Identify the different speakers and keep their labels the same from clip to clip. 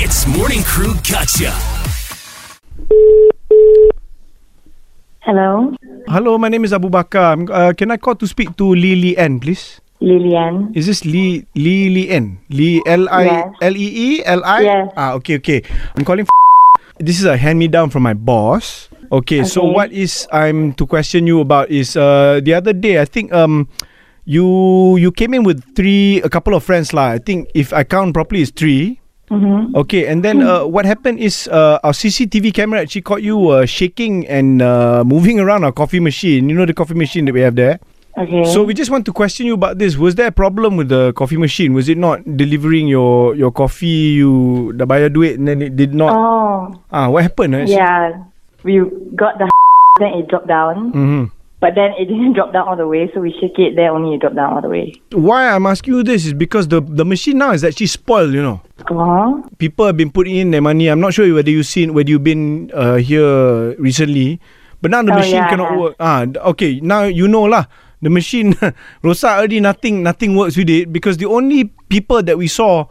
Speaker 1: and Crew Gotcha.
Speaker 2: Hello,
Speaker 3: Hello, my name is Abu Bakar. I'm- Uh, can I call to speak to Lee Lee N, please?
Speaker 2: Lillian.
Speaker 3: Is this Lee Lee Lee N? Lee L I
Speaker 2: Yes.
Speaker 3: L E E L I?
Speaker 2: Yes.
Speaker 3: Ah, okay, okay. I'm calling. This is a hand me down from my boss. Okay, so
Speaker 2: Okay.
Speaker 3: what is I'm to question you about is uh the other day I think um you you came in with three a couple of friends lah. I think if I count properly it's three.
Speaker 2: Mm-hmm.
Speaker 3: Okay, and then uh, what happened is uh, our CCTV camera actually caught you uh, shaking and uh, moving around our coffee machine. You know the coffee machine that we have there.
Speaker 2: Okay.
Speaker 3: So we just want to question you about this. Was there a problem with the coffee machine? Was it not delivering your your coffee? You dah bayar duit and then it did not.
Speaker 2: oh,
Speaker 3: Ah, what happened? eh?
Speaker 2: yeah. We got the then it dropped down,
Speaker 3: Mhm.
Speaker 2: but then it didn't drop down all the way. So we shake it, then only it dropped down all the way.
Speaker 3: Why I'm asking you this is because the the machine now is actually spoiled. You know,
Speaker 2: Oh,
Speaker 3: people have been putting in their money. I'm not sure whether you seen whether you've been uh, here recently, but now the
Speaker 2: Oh,
Speaker 3: machine
Speaker 2: yeah, I
Speaker 3: cannot
Speaker 2: have.
Speaker 3: work. Ah, d- okay. Now you know lah. The machine rosak already. Nothing, nothing works with it because the only people that we saw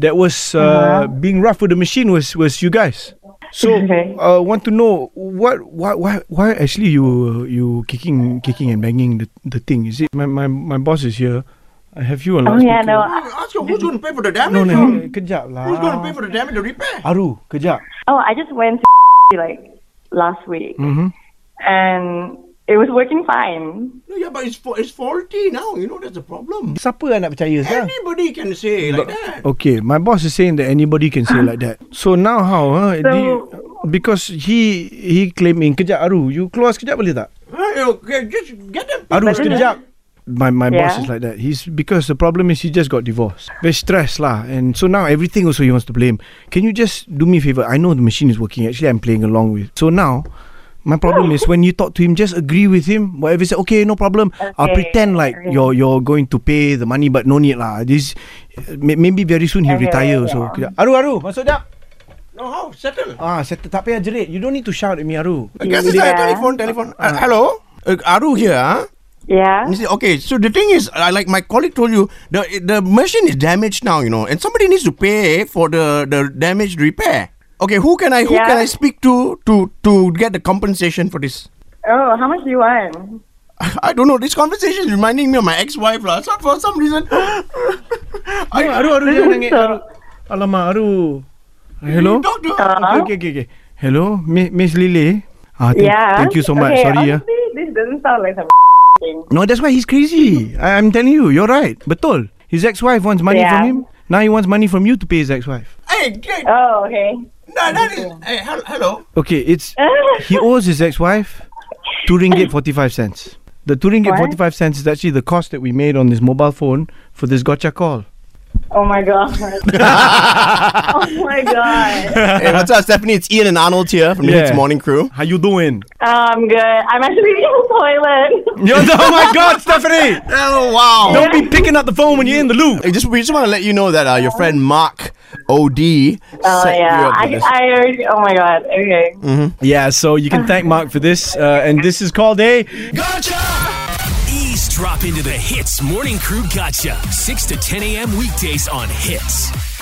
Speaker 3: that was
Speaker 2: Uh-huh.
Speaker 3: uh, being rough with the machine was was you guys. So
Speaker 2: Okay.
Speaker 3: uh, want to know what why why why actually you you kicking kicking and banging the the thing? Is it my my my boss is here? I have you on
Speaker 2: oh yeah,
Speaker 3: loudspeaker.
Speaker 2: no.
Speaker 4: Ask her who's going to pay for the damage.
Speaker 3: No,
Speaker 4: huh?
Speaker 3: no, kejap lah.
Speaker 4: Who's going to pay for the damage? The repair.
Speaker 3: Aru, kejap.
Speaker 2: Oh, I just went to like last week,
Speaker 3: Mm-hmm.
Speaker 2: and it was working fine.
Speaker 4: No, yeah, but it's fa- it's faulty now. You know that's the problem.
Speaker 3: Siapa yang nak percaya sekarang?
Speaker 4: Anybody can say like that.
Speaker 3: Okay, my boss is saying that anybody can say like that. So now how? Huh?
Speaker 2: So-
Speaker 3: Di, because he he claiming kejap Aru, you keluar sekejap boleh tak?
Speaker 4: Ah, you know, Okay, just get them.
Speaker 3: Aru
Speaker 2: But then-
Speaker 3: sekejap. My my boss
Speaker 2: Yeah.
Speaker 3: is like that. He's because the problem is he just got divorced. Very stressed lah, and so now everything also he wants to blame. Can you just do me a favor? I know the machine is working. Actually, I'm playing along with. So now. My problem is when you talk to him, just agree with him. Whatever he say, okay, no problem. I'll
Speaker 2: Okay,
Speaker 3: pretend like
Speaker 2: okay.
Speaker 3: you're you're going to pay the money, but no need lah. This may- maybe very soon he
Speaker 2: Okay,
Speaker 3: retire.
Speaker 2: yeah.
Speaker 3: So kejap. Aru Aru, masuk jap.
Speaker 4: No, how settle?
Speaker 3: Ah, settle tak payah jerit. You don't need to shout at me, Aru.
Speaker 4: I guess it's
Speaker 2: Yeah.
Speaker 4: a telephone. Telephone. Uh, hello. Uh, Aru here. Huh?
Speaker 2: Yeah.
Speaker 4: You see, okay, so the thing is, uh, like my colleague told you, the the machine is damaged now, you know, and somebody needs to pay for the the damaged repair. Okay, who can I who
Speaker 2: Yeah.
Speaker 4: can I speak to to to get the compensation for this?
Speaker 2: Oh, how much do you want?
Speaker 4: I don't know. This conversation is reminding me of my ex-wife, lah. So for some reason, I
Speaker 3: Aru, Aru, Aru, jangan nangis.
Speaker 2: So-
Speaker 3: Aru. Alamak, Aru. Hello?
Speaker 4: You talk to her.
Speaker 2: Uh,
Speaker 3: Okay, okay, okay, okay. Hello, Mi- Miss Lily. Ah, thank,
Speaker 2: yeah.
Speaker 3: thank you so much.
Speaker 2: Okay,
Speaker 3: Sorry, yeah.
Speaker 2: honestly, This doesn't sound like some thing.
Speaker 3: No, that's why he's crazy. I- I'm telling you, you're right. Betul. His ex-wife wants money
Speaker 2: Yeah.
Speaker 3: from him. Now he wants money from you to pay his ex-wife.
Speaker 4: Hey, hey,
Speaker 2: Oh, okay.
Speaker 4: no, that is. Hey, hel- hello.
Speaker 3: Okay, it's he owes his ex-wife two ringgit forty-five cents. The two ringgit
Speaker 2: What?
Speaker 3: forty-five cents is actually the cost that we made on this mobile phone for this gotcha call.
Speaker 2: Oh my god. oh my god.
Speaker 4: hey, what's up, Stephanie? It's Ian and Arnold here from the
Speaker 3: Yeah.
Speaker 4: Hits Morning Crew.
Speaker 3: How you doing?
Speaker 2: Um, good. I'm actually in the toilet.
Speaker 3: Yo, oh my God, Stephanie!
Speaker 4: Oh wow!
Speaker 3: Don't be picking up the phone when you're in the loop.
Speaker 4: Hey, just we just want to let you know that uh, your friend Mark Od.
Speaker 2: Oh
Speaker 4: set you
Speaker 2: yeah.
Speaker 4: up with
Speaker 2: I,
Speaker 4: this.
Speaker 2: I already. Oh my god. Okay.
Speaker 3: Yeah, so you can thank Mark for this. Uh, and this is called a.
Speaker 1: Eavesdrop into the Hits Morning Crew Gotcha. 6 to 10 a.m. weekdays on Hits.